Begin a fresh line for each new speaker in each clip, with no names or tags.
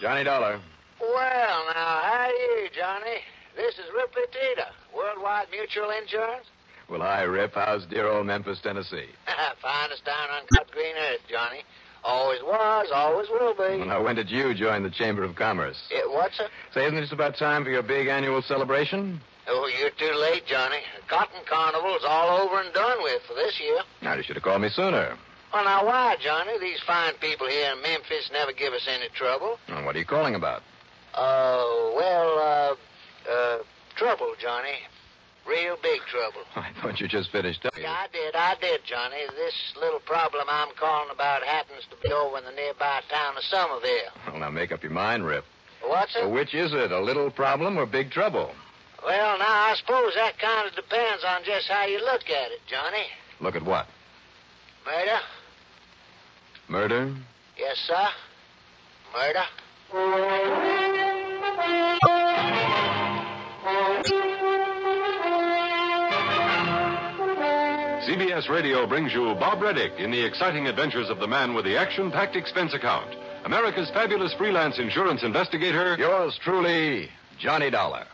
Johnny Dollar.
Well, now, how do you, Johnny? This is Ripley Tita, Worldwide Mutual Insurance.
Well, hi, Rip. How's dear old Memphis, Tennessee?
Finest town on cut green earth, Johnny. Always was, always will be.
Now, when did you join the Chamber of Commerce?
It, what's it?
Say, isn't it just about time for your big annual celebration?
Oh, you're too late, Johnny. The Cotton Carnival's all over and done with for this year.
Now, you should have called me sooner.
Well, now, why, Johnny? These fine people here in Memphis never give us any trouble.
And what are you calling about?
Uh, well, uh, uh, trouble, Johnny. Real big trouble.
I thought you just finished up.
Yeah, I did, I did, Johnny. This little problem I'm calling about happens to be over in the nearby town of Somerville.
Well, now make up your mind, Rip.
What's it?
Well, which is it, a little problem or big trouble?
Well, now, I suppose that kind of depends on just how you look at it, Johnny.
Look at what?
Murder?
Murder?
Yes, sir. Murder?
CBS Radio brings you Bob Reddick in the exciting adventures of the man with the action packed expense account. America's fabulous freelance insurance investigator.
Yours truly, Johnny Dollar.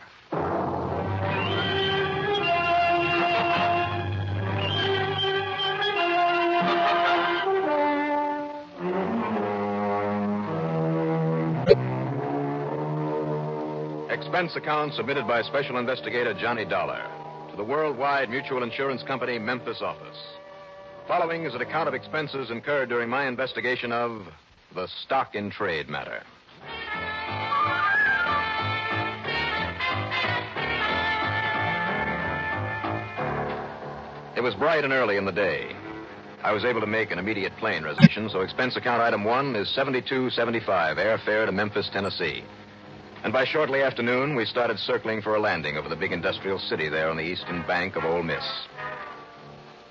Expense account submitted by Special Investigator Johnny Dollar to the Worldwide Mutual Insurance Company Memphis office. Following is an account of expenses incurred during my investigation of the stock in trade matter. It was bright and early in the day. I was able to make an immediate plane reservation, so expense account item one is 7275 airfare to Memphis, Tennessee. And by shortly after noon, we started circling for a landing over the big industrial city there on the eastern bank of Ole Miss.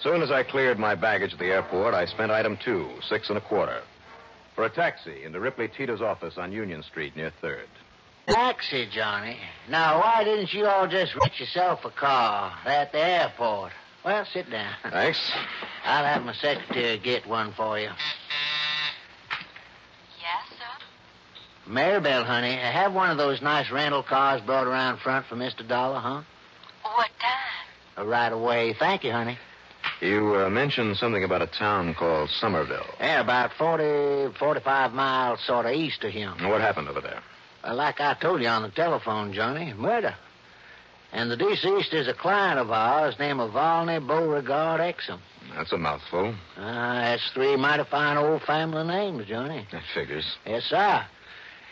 Soon as I cleared my baggage at the airport, I spent item two, six and a quarter, for a taxi into Ripley Tito's office on Union Street near Third.
Taxi, Johnny. Now, why didn't you all just rent yourself a car at the airport? Well, sit down.
Thanks.
I'll have my secretary get one for you.
Yes, sir?
Maribel, honey, have one of those nice rental cars brought around front for Mr. Dollar, huh?
What time?
Uh, Right away. Thank you, honey.
You uh, mentioned something about a town called Somerville.
Yeah, about 40, 45 miles sort of east of him.
What happened over there?
Uh, like I told you on the telephone, Johnny, murder. And the deceased is a client of ours named Avalny Beauregard Exum.
That's a mouthful.
Ah, that's three mighty fine old family names, Johnny.
That figures.
Yes, sir.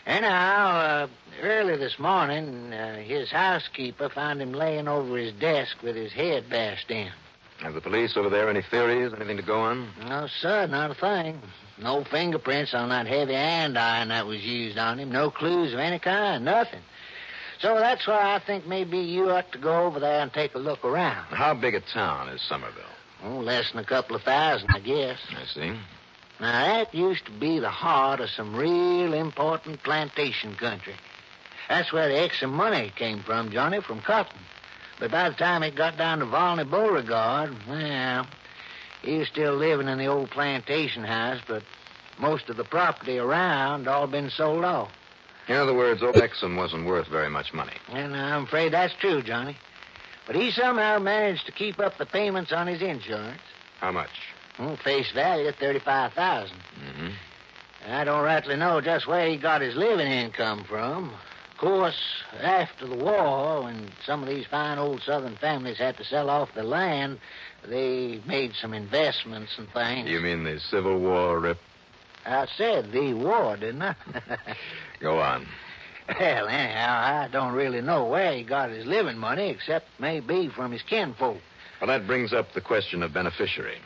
Anyhow, uh, early this morning, uh, his housekeeper found him laying over his desk with his head bashed in.
Have the police over there any theories, anything to go on?
No, sir, not a thing. No fingerprints on that heavy iron that was used on him. No clues of any kind, nothing. So that's why I think maybe you ought to go over there and take a look around.
How big a town is Somerville?
Oh, less than a couple of thousand, I guess.
I see.
Now, that used to be the heart of some real important plantation country. That's where the extra money came from, Johnny, from cotton. But by the time it got down to Volney Beauregard, well, he was still living in the old plantation house, but most of the property around all been sold off.
In other words, old Exum wasn't worth very much money.
And I'm afraid that's true, Johnny. But he somehow managed to keep up the payments on his insurance.
How much?
Hmm, Face value, thirty-five thousand.
Mm-hmm.
I don't rightly know just where he got his living income from. Of course, after the war, when some of these fine old Southern families had to sell off their land, they made some investments and things.
You mean the Civil War, Rip?
I said the war, didn't I?
Go on.
well, anyhow, I don't really know where he got his living money, except maybe from his kinfolk.
Well, that brings up the question of beneficiary.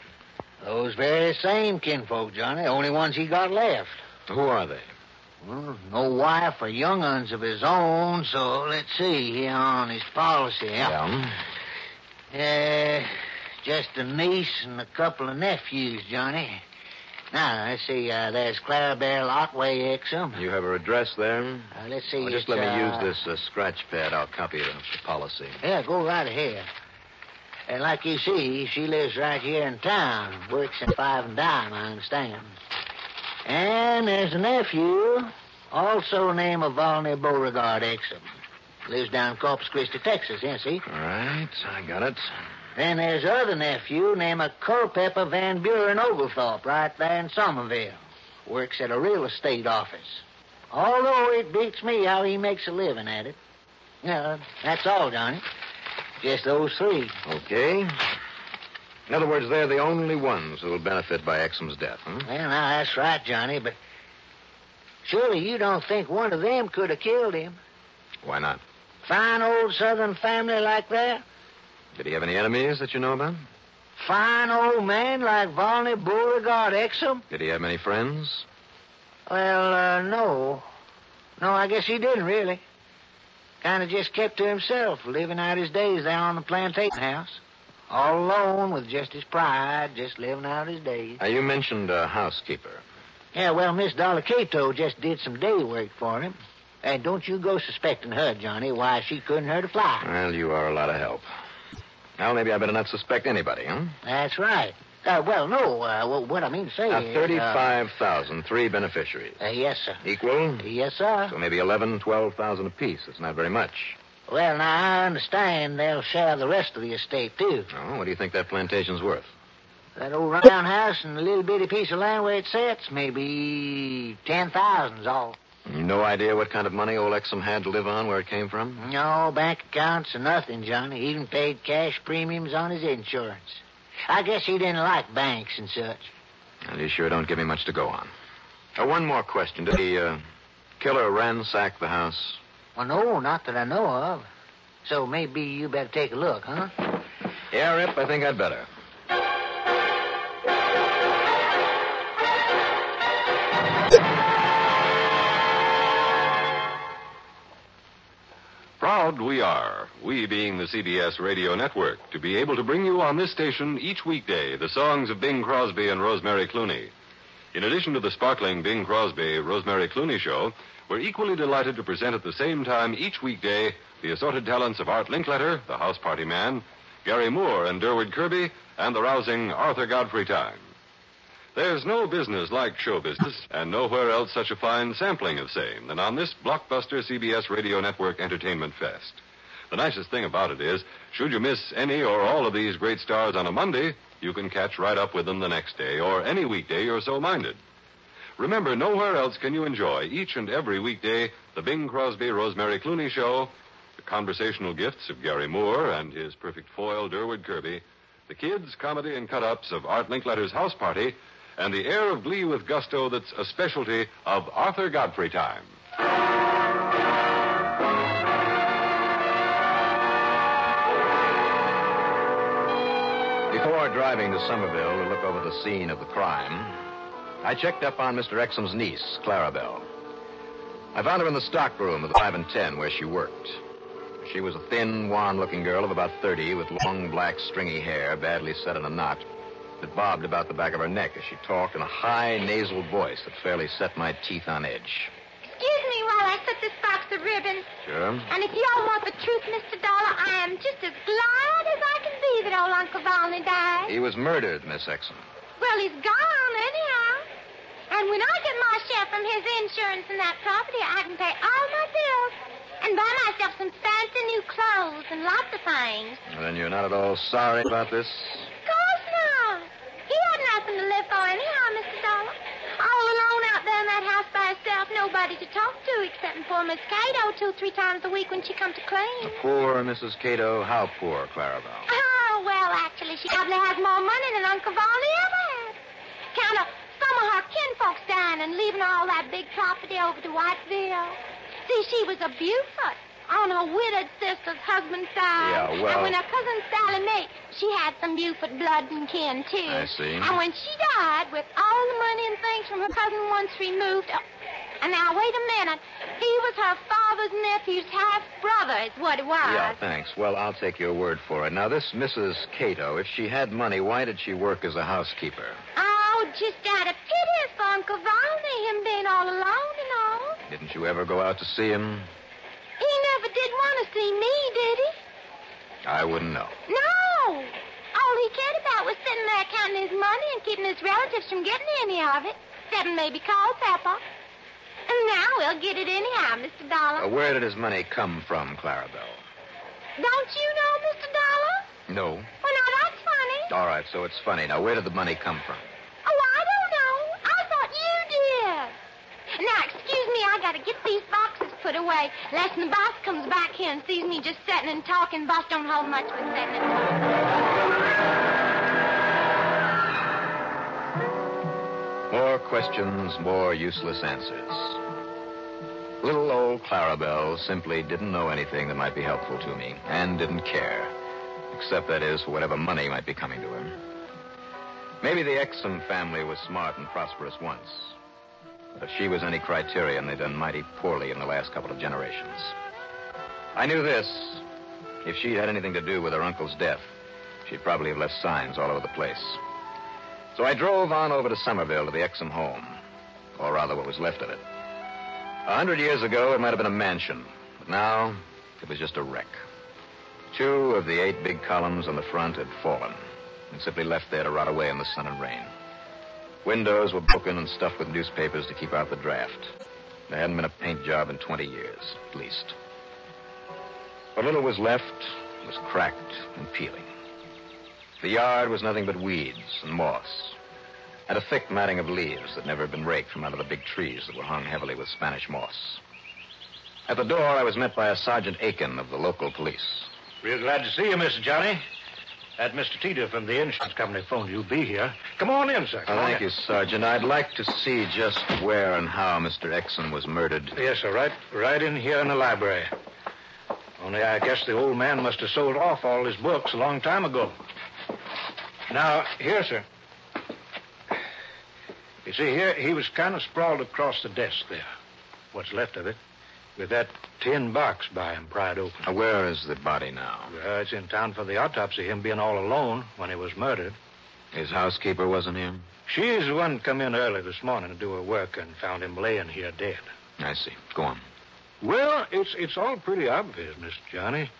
Those very same kinfolk, Johnny. Only ones he got left.
Who are they?
Well, no Mm-hmm. wife or young uns of his own, so let's see here on his policy.
Yeah.
Uh, just a niece and a couple of nephews, Johnny. Now, let's see. Uh, there's Clarabelle Otway Exum.
You have her address there?
Uh, let's see.
Oh, just
it's,
let me
uh,
use this uh, scratch pad. I'll copy it off the policy.
Yeah, go right ahead. And like you see, she lives right here in town. Works in five and dime, I understand. And there's a nephew, also named Avalny Beauregard Exum. Lives down Corpus Christi, Texas, yeah, see?
All right, I got it.
Then there's other nephew named a Culpepper Van Buren Oglethorpe right there in Somerville. Works at a real estate office. Although it beats me how he makes a living at it. Yeah, that's all, Johnny. Just those three.
Okay. In other words, they're the only ones who will benefit by Exum's death, huh?
Well, now, that's right, Johnny, but surely you don't think one of them could have killed him.
Why not?
Fine old Southern family like that.
Did he have any enemies that you know about?
Fine old man like Volney Beauregard Exum.
Did he have many friends?
Well, uh, no. No, I guess he didn't, really. Kind of just kept to himself, living out his days there on the plantation house. All alone with just his pride, just living out his days.
Now, you mentioned a housekeeper.
Yeah, well, Miss Dollar Cato just did some day work for him. And don't you go suspecting her, Johnny. Why, she couldn't hurt a fly.
Well, you are a lot of help. Well, maybe I better not suspect anybody, huh?
That's right. Uh, well, no, uh, wh- what I mean to say
Now,
is... uh,
35,000, three beneficiaries.
uh, yes, sir.
Equal?
Yes, sir.
So maybe 11, 12,000 apiece. It's not very much.
Well, now, I understand they'll share the rest of the estate, too.
Oh, what do you think that plantation's worth?
That old rundown house and a little bitty piece of land where it sits, maybe ten thousands all.
No idea what kind of money old Exum had to live on, where it came from?
No bank accounts or nothing, Johnny. Even paid cash premiums on his insurance. I guess he didn't like banks and such.
Well, you sure don't give me much to go on. Uh, one more question. Did the uh, killer ransack the house?
Well, no, not that I know of. So maybe you better take a look, huh?
Yeah, Rip, I think I'd better.
Proud we are, we being the CBS radio network, to be able to bring you on this station each weekday the songs of Bing Crosby and Rosemary Clooney. In addition to the sparkling Bing Crosby Rosemary Clooney show, we're equally delighted to present at the same time each weekday the assorted talents of Art Linkletter, the house party man, Gary Moore and Durwood Kirby, and the rousing Arthur Godfrey Time. There's no business like show business, and nowhere else such a fine sampling of same than on this blockbuster CBS Radio Network Entertainment Fest. The nicest thing about it is, should you miss any or all of these great stars on a Monday, you can catch right up with them the next day or any weekday you're so minded. Remember, nowhere else can you enjoy each and every weekday the Bing Crosby Rosemary Clooney Show, the conversational gifts of Gary Moore and his perfect foil, Durwood Kirby, the kids' comedy and cut ups of Art Linkletter's House Party, and the air of glee with gusto that's a specialty of Arthur Godfrey time.
Before driving to Somerville to look over the scene of the crime, I checked up on Mr. Exum's niece, Clarabelle. I found her in the stock room of the 5 and 10 where she worked. She was a thin, wan looking girl of about 30 with long, black, stringy hair badly set in a knot that bobbed about the back of her neck as she talked in a high, nasal voice that fairly set my teeth on edge.
Excuse me while I put this box of ribbon.
Sure.
And if you all want the truth, Mr. Dollar, I am just as glad as I can be that old Uncle Valney died.
He was murdered, Miss Exum.
Well, he's gone, anyhow. And when I get my share from his insurance and that property, I can pay all my bills and buy myself some fancy new clothes and lots of things.
Then you're not at all sorry about this?
Of course not. He had nothing to live for, anyhow, Mr. Dollar. All alone out there in that house by herself, nobody to talk to except poor Miss Cato two, three times a week when she comes to clean.
Poor Mrs. Cato. How poor, Clarabelle?
Oh, well, actually, she probably has more money than Uncle Valney ever had. Count up some of her kinfolks dying and leaving all that big property over to Whiteville. See, she was a Beaufort, on her widowed sister's husband's side.
Yeah, well-
And when her cousin Sally Mae, she had some Buford blood and kin, too.
I see.
And when she died, with all the money and things from her cousin once removed. Oh, and now, wait a minute. He was her father's nephew's half brother, is what it was.
Yeah, thanks. Well, I'll take your word for it. Now, this Mrs. Cato, if she had money, why did she work as a housekeeper?
Oh, just out of pity for Uncle Volney, him being all alone and all.
Didn't you ever go out to see him?
He never did want to see me, did he?
I wouldn't know.
No. All he cared about was sitting there counting his money and keeping his relatives from getting any of it, except maybe Culpepper. And now we'll get it anyhow, Mr.
Uh,
Dollar.
where did his money come from, Clarabelle?
Don't you know, Mr. Dollar?
No.
Well, now that's funny.
All right, so it's funny. Now, where did the money come from?
Oh, I don't know. I thought you did. Now, excuse me, I gotta get these boxes put away, lest the boss comes back here and sees me just sitting and talking. Boss don't hold much with sitting and talking.
More questions, more useless answers. Little old Clarabelle simply didn't know anything that might be helpful to me and didn't care, except that is for whatever money might be coming to her. Maybe the Exum family was smart and prosperous once, but if she was any criterion, they've done mighty poorly in the last couple of generations. I knew this. If she had anything to do with her uncle's death, she'd probably have left signs all over the place. So I drove on over to Somerville to the Exum home, or rather what was left of it. A hundred years ago, it might have been a mansion, but now it was just a wreck. Two of the eight big columns on the front had fallen and simply left there to rot away in the sun and rain. Windows were broken and stuffed with newspapers to keep out the draft. There hadn't been a paint job in 20 years, at least. What little was left was cracked and peeling. The yard was nothing but weeds and moss, and a thick matting of leaves that never had been raked from under the big trees that were hung heavily with Spanish moss. At the door, I was met by a Sergeant Aiken of the local police.
Real glad to see you, Mr. Johnny. That Mr. Teeter from the insurance company phoned you'll be here. Come on in, sir. Come
Oh,
on
thank
in.
you, Sergeant. I'd like to see just where and how Mr. Exon was murdered.
Yes, sir. Right, right in here in the library. Only I guess the old man must have sold off all his books a long time ago. Now, here, sir. You see, here he was kind of sprawled across the desk there. What's left of it, with that tin box by him pried open.
Now, Uh, where is the body now?
Well, it's in town for the autopsy. Him being all alone when he was murdered.
His housekeeper wasn't here?
She's the one come in early this morning to do her work and found him laying here dead.
I see. Go on.
Well, it's it's all pretty obvious, Mr. Johnny.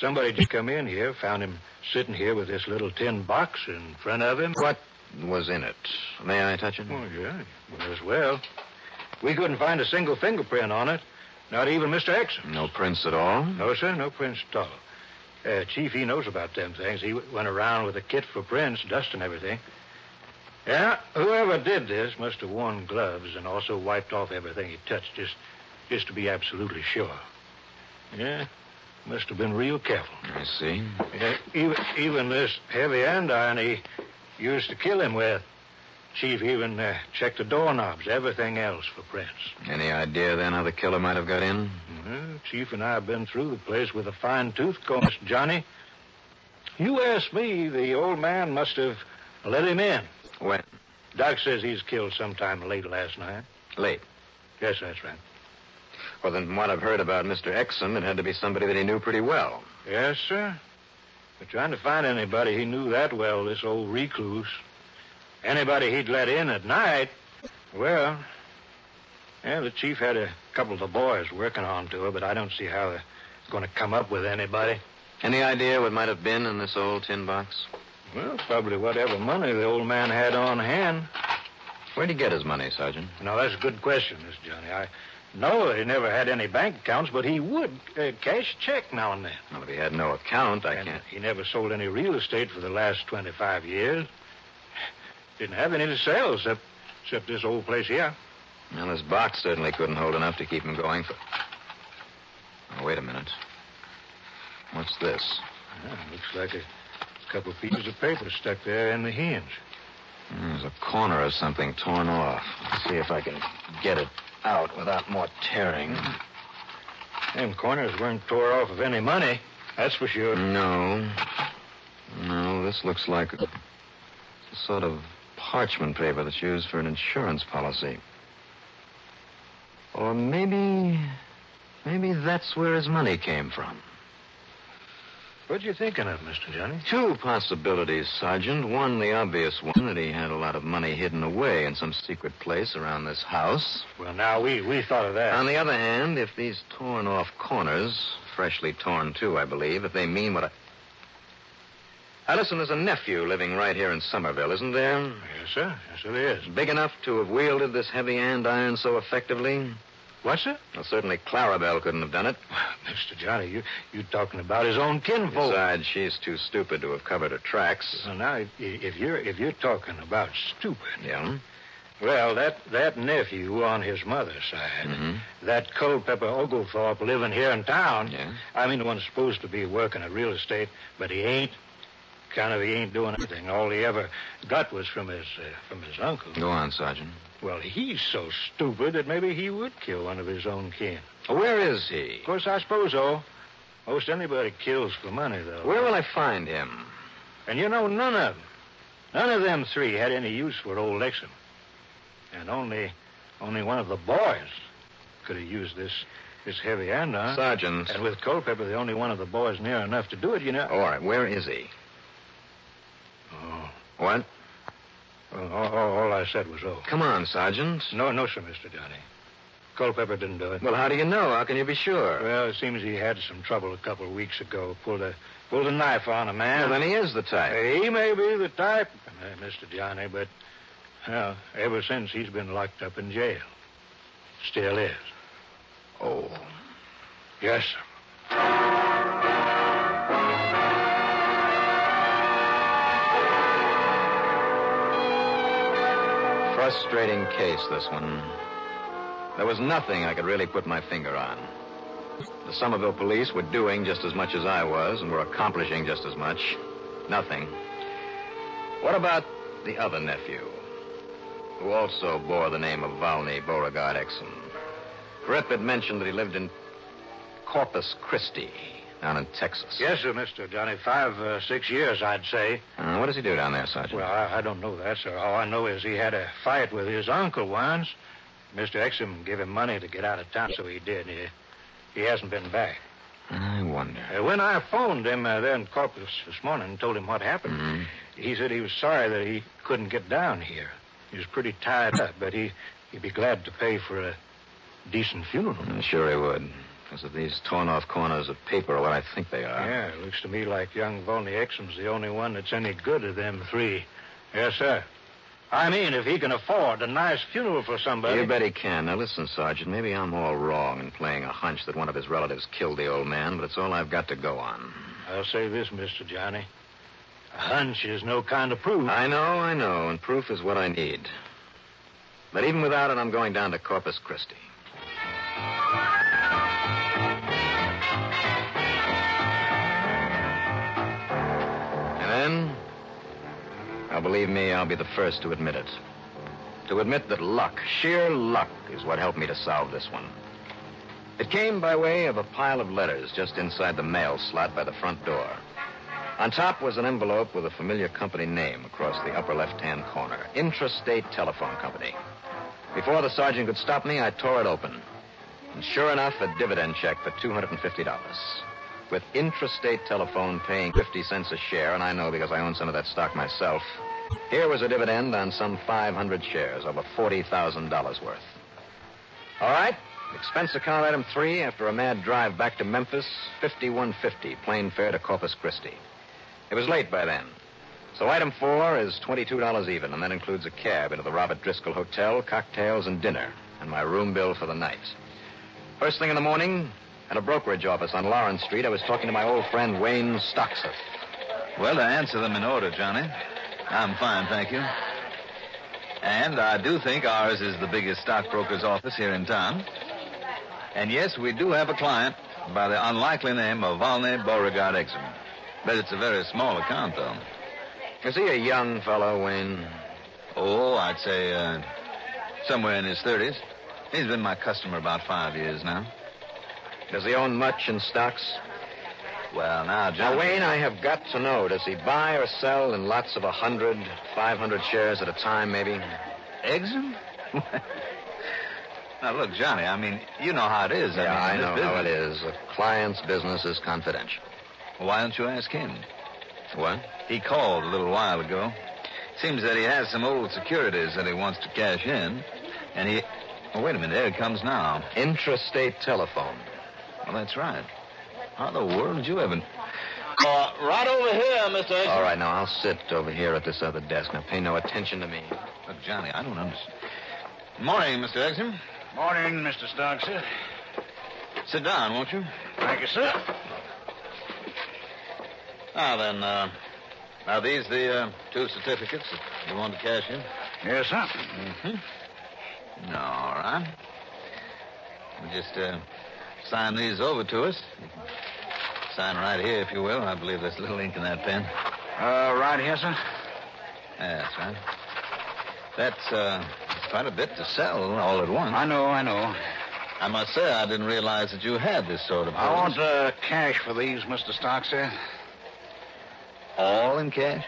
Somebody just come in here, found him sitting here with this little tin box in front of him.
What was in it? May I touch it?
Well, Oh, yeah, might as well. We couldn't find a single fingerprint on it, not even Mr. Exum.
No prints at all?
No, sir, no prints at all. Uh, Chief, he knows about them things. He w- went around with a kit for prints, dust and everything. Yeah, whoever did this must have worn gloves and also wiped off everything he touched, just, just to be absolutely sure. Yeah, must have been real careful.
I see.
Yeah, even, even this heavy andiron he used to kill him with. Chief even uh, checked the doorknobs, everything else for prints.
Any idea then how the killer might have got in?
Well, Chief and I have been through the place with a fine tooth comb, Mr. Johnny. You ask me, the old man must have let him in.
When?
Doc says he's killed sometime late last night.
Late.
Yes, that's right.
Well, then, from what I've heard about Mr. Exon, it had to be somebody that he knew pretty well.
Yes, sir. We're trying to find anybody he knew that well, this old recluse. Anybody he'd let in at night. Well, yeah, the chief had a couple of the boys working on to her, but I don't see how they're going to come up with anybody.
Any idea what might have been in this old tin box?
Well, probably whatever money the old man had on hand.
Where'd he get his money, Sergeant?
Now, that's a good question, Mr. Johnny. I know that he never had any bank accounts, but he would uh, cash a check now and then.
Well, if he had no account, I
and
can't.
He never sold any real estate for the last 25 years. Didn't have any to sell except, except this old place here.
Well, this box certainly couldn't hold enough to keep him going for. Oh, wait a minute. What's this?
Yeah, looks like a couple of pieces of paper stuck there in the hinge.
Hmm, There's a corner of something torn off. Let's see if I can get it out without more tearing.
Them corners weren't tore off of any money. That's for sure.
Mm. No. No, this looks like a sort of parchment paper that's used for an insurance policy. Or maybe. Maybe that's where his money came from.
What you thinking of, Mr. Johnny?
Two possibilities, Sergeant. One, the obvious one, that he had a lot of money hidden away in some secret place around this house.
Well, now we we thought of that.
On the other hand, if these torn off corners, freshly torn too, I believe, if they mean what I. Now, listen, there's a nephew living right here in Somerville, isn't there?
Yes, sir. Yes, it is.
Big enough to have wielded this heavy andiron so effectively?
What's it?
Well, certainly Clarabelle couldn't have done it.
Mr. Johnny, you you talking about his own kinfolk?
Besides, she's too stupid to have covered her tracks.
Well, now, if, if you're if you're talking about stupid,
Yeah?
well, that that nephew on his mother's side,
Mhm.
that Culpepper Oglethorpe living here in town.
Yeah.
I mean, the one's supposed to be working at real estate, but he ain't. Kind of, he ain't doing anything. All he ever got was from his uh, from his uncle.
Go on, Sergeant.
Well, he's so stupid that maybe he would kill one of his own kin.
Where is he?
Of course, I suppose so. Most anybody kills for money, though.
Where will I find him?
And you know, none of them, none of them three had any use for old Exum. And only, only one of the boys could have used this, this heavy andiron.
Sergeant.
And with Culpepper, the only one of the boys near enough to do it, you know.
All right, where is he?
Oh,
What?
well, all, all- all I said was oh.
Come on, Sergeant.
No, no, sir, Mr. Johnny. Culpepper didn't do it.
Well, how do you know? How can you be sure?
Well, it seems he had some trouble a couple of weeks ago. Pulled a pulled a knife on a man.
Well, then he is the type.
He may be the type, uh, Mr. Johnny, but well, ever since he's been locked up in jail. Still is.
Oh.
Yes, sir.
Frustrating case, this one. There was nothing I could really put my finger on. The Somerville police were doing just as much as I was and were accomplishing just as much. Nothing. What about the other nephew, who also bore the name of Valney Beauregard Exon? Rip had mentioned that he lived in Corpus Christi, down in Texas.
Yes, sir, Mr. Johnny. Five, uh, six years, I'd say.
Uh, what does he do down there, Sergeant?
Well, I, I don't know that, sir. All I know is he had a fight with his uncle once. Mr. Exum gave him money to get out of town, so he did. He, he hasn't been back.
I wonder.
Uh, when I phoned him uh, there in Corpus this morning and told him what happened,
Mhm.
he said he was sorry that he couldn't get down here. He was pretty tied up, but he, he'd be glad to pay for a decent funeral.
Mm, Sure he would. Because if these torn off corners of paper are what I think they are.
Yeah, it looks to me like young Volney Exum's the only one that's any good of them three. Yes, sir. I mean, if he can afford a nice funeral for somebody.
You bet he can. Now listen, Sergeant, maybe I'm all wrong in playing a hunch that one of his relatives killed the old man, but it's all I've got to go on.
I'll say this, Mr. Johnny. A hunch is no kind of proof.
I know, I know, and proof is what I need. But even without it, I'm going down to Corpus Christi. And then, now believe me, I'll be the first to admit it. To admit that luck, sheer luck, is what helped me to solve this one. It came by way of a pile of letters just inside the mail slot by the front door. On top was an envelope with a familiar company name across the upper left hand corner Intrastate Telephone Company. Before the sergeant could stop me, I tore it open. And sure enough, a dividend check for $250. With Intrastate Telephone paying 50 cents a share, and I know because I own some of that stock myself, here was a dividend on some 500 shares, over $40,000 worth. All right. Expense account item three after a mad drive back to Memphis, 5150, plane fare to Corpus Christi. It was late by then. So item four is $22 even, and that includes a cab into the Robert Driscoll Hotel, cocktails and dinner, and my room bill for the night. First thing in the morning, at a brokerage office on Lawrence Street, I was talking to my old friend Wayne Stockseth.
Well, to answer them in order, Johnny, I'm fine, thank you. And I do think ours is the biggest stockbroker's office here in town. And yes, we do have a client by the unlikely name of Volney Beauregard Exum. But it's a very small account, though.
Is he a young fellow, Wayne?
Oh, I'd say uh, somewhere in his 30s. He's been my customer about five years now.
Does he own much in stocks?
Well, now,
Now,
Johnny.
Wayne, I have got to know does he buy or sell in lots of a hundred, five hundred shares at a time, maybe?
Exum? now, look, Johnny, I mean, you know how it is.
yeah,
I,
I
mean, in
know
this
how it
business-
is. A client's business is confidential.
Why don't you ask him?
What?
He called a little while ago. Seems that he has some old securities that he wants to cash in. And he. Oh, wait a minute. There it comes now.
Intrastate telephone.
Well, that's right. How in the world did you ever.
Uh, right over here, Mr.
All right, now I'll sit over here at this other desk. Now pay no attention to me.
Look, Oh, Johnny, I don't understand. Morning, Mr. Exum.
Morning, Mr. Stark, sir.
Sit down, won't you?
Thank you, sir.
Now
Ah,
then, uh, are these the uh, two certificates that you want to cash in?
Yes, sir.
All right. Well, just uh, sign these over to us. You can Sign right here, if you will. I believe there's a little ink in that pen.
Uh, right here, sir.
That's right. That's uh, quite a bit to sell all at once.
I know, I know.
I must say, I didn't realize that you had this sort of.
I
business.
want uh, cash for these, Mr. Stark, sir.
all in cash.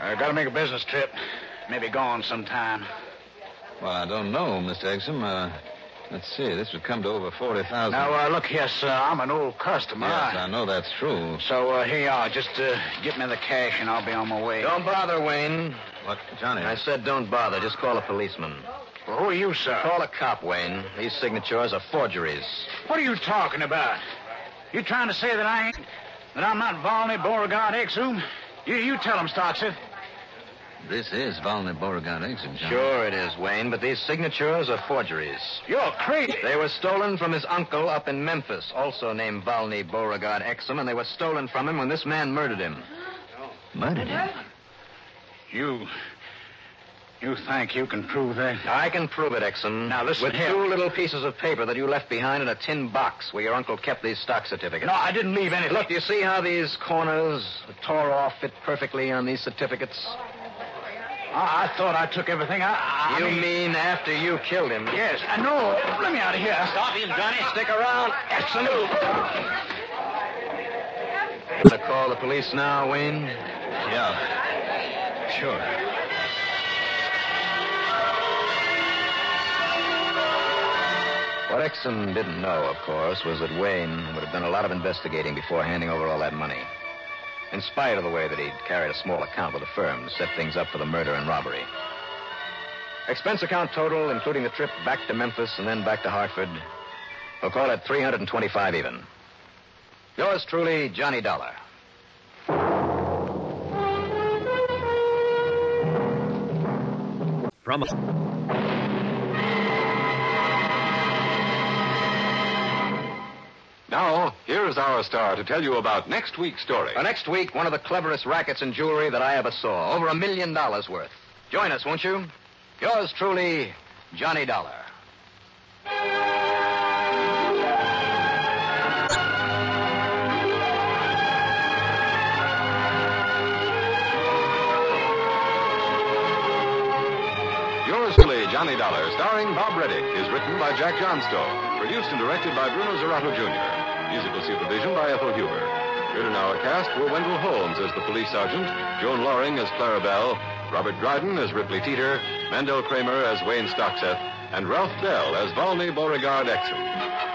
I gotta make a business trip. Maybe gone sometime.
Well, I don't know, Mr. Exum. Uh, let's see. This would come to over forty thousand.
Now, uh, look here, sir. I'm an old customer.
yes, I know that's true.
So, uh, here you are. Just uh, get me the cash and I'll be on my way.
Don't bother, Wayne.
What, Johnny?
I said don't bother. Just call a policeman.
Well, who are you, sir?
Call a cop, Wayne. These signatures are forgeries.
What are you talking about? You trying to say that I ain't... that I'm not Volney Beauregard Exum? You, you tell him, Stark, sir.
This is Volney Beauregard Exum, Johnny.
Sure it is, Wayne, but these signatures are forgeries.
You're crazy.
They were stolen from his uncle up in Memphis, also named Volney Beauregard Exum, and they were stolen from him when this man murdered him.
Murdered him.
You. You think you can prove that?
I can prove it, Exum.
Now, listen
With
here.
two little pieces of paper that you left behind in a tin box where your uncle kept these stock certificates.
No, I didn't leave anything.
Look, do you see how these corners tore off fit perfectly on these certificates?
I, I thought I took everything. I. I I
you
mean,
mean after you killed him?
Yes. I know. Let me out of here. Stop him, Johnny.
Stick around, Exum. Gonna call the police now, Wayne?
Yeah. Sure.
What Exum didn't know, of course, was that Wayne would have done a lot of investigating before handing over all that money. In spite of the way that he'd carried a small account with the firm to set things up for the murder and robbery. Expense account total, including the trip back to Memphis and then back to Hartford, we'll call it 325 even. Yours truly, Johnny Dollar.
From
Now, here is our star to tell you about next week's story.
For next week, one of the cleverest rackets in jewelry that I ever saw. Over a million dollars worth. Join us, won't you? Yours truly, Johnny Dollar.
Yours truly, Johnny Dollar, starring Bob Reddick, is written by Jack Johnstone, produced and directed by Bruno Zerato Jr., musical supervision by Ethel Huber. Good in our cast were Wendell Holmes as the police sergeant, Joan Loring as Clara Bell, Robert Dryden as Ripley Teeter, Mandel Kramer as Wayne Stockseth, and Ralph Bell as Volney Beauregard Exum.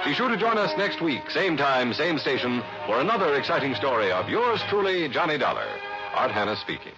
Be sure to join us next week, same time, same station, for another exciting story of yours truly, Johnny Dollar. Art Hanna speaking.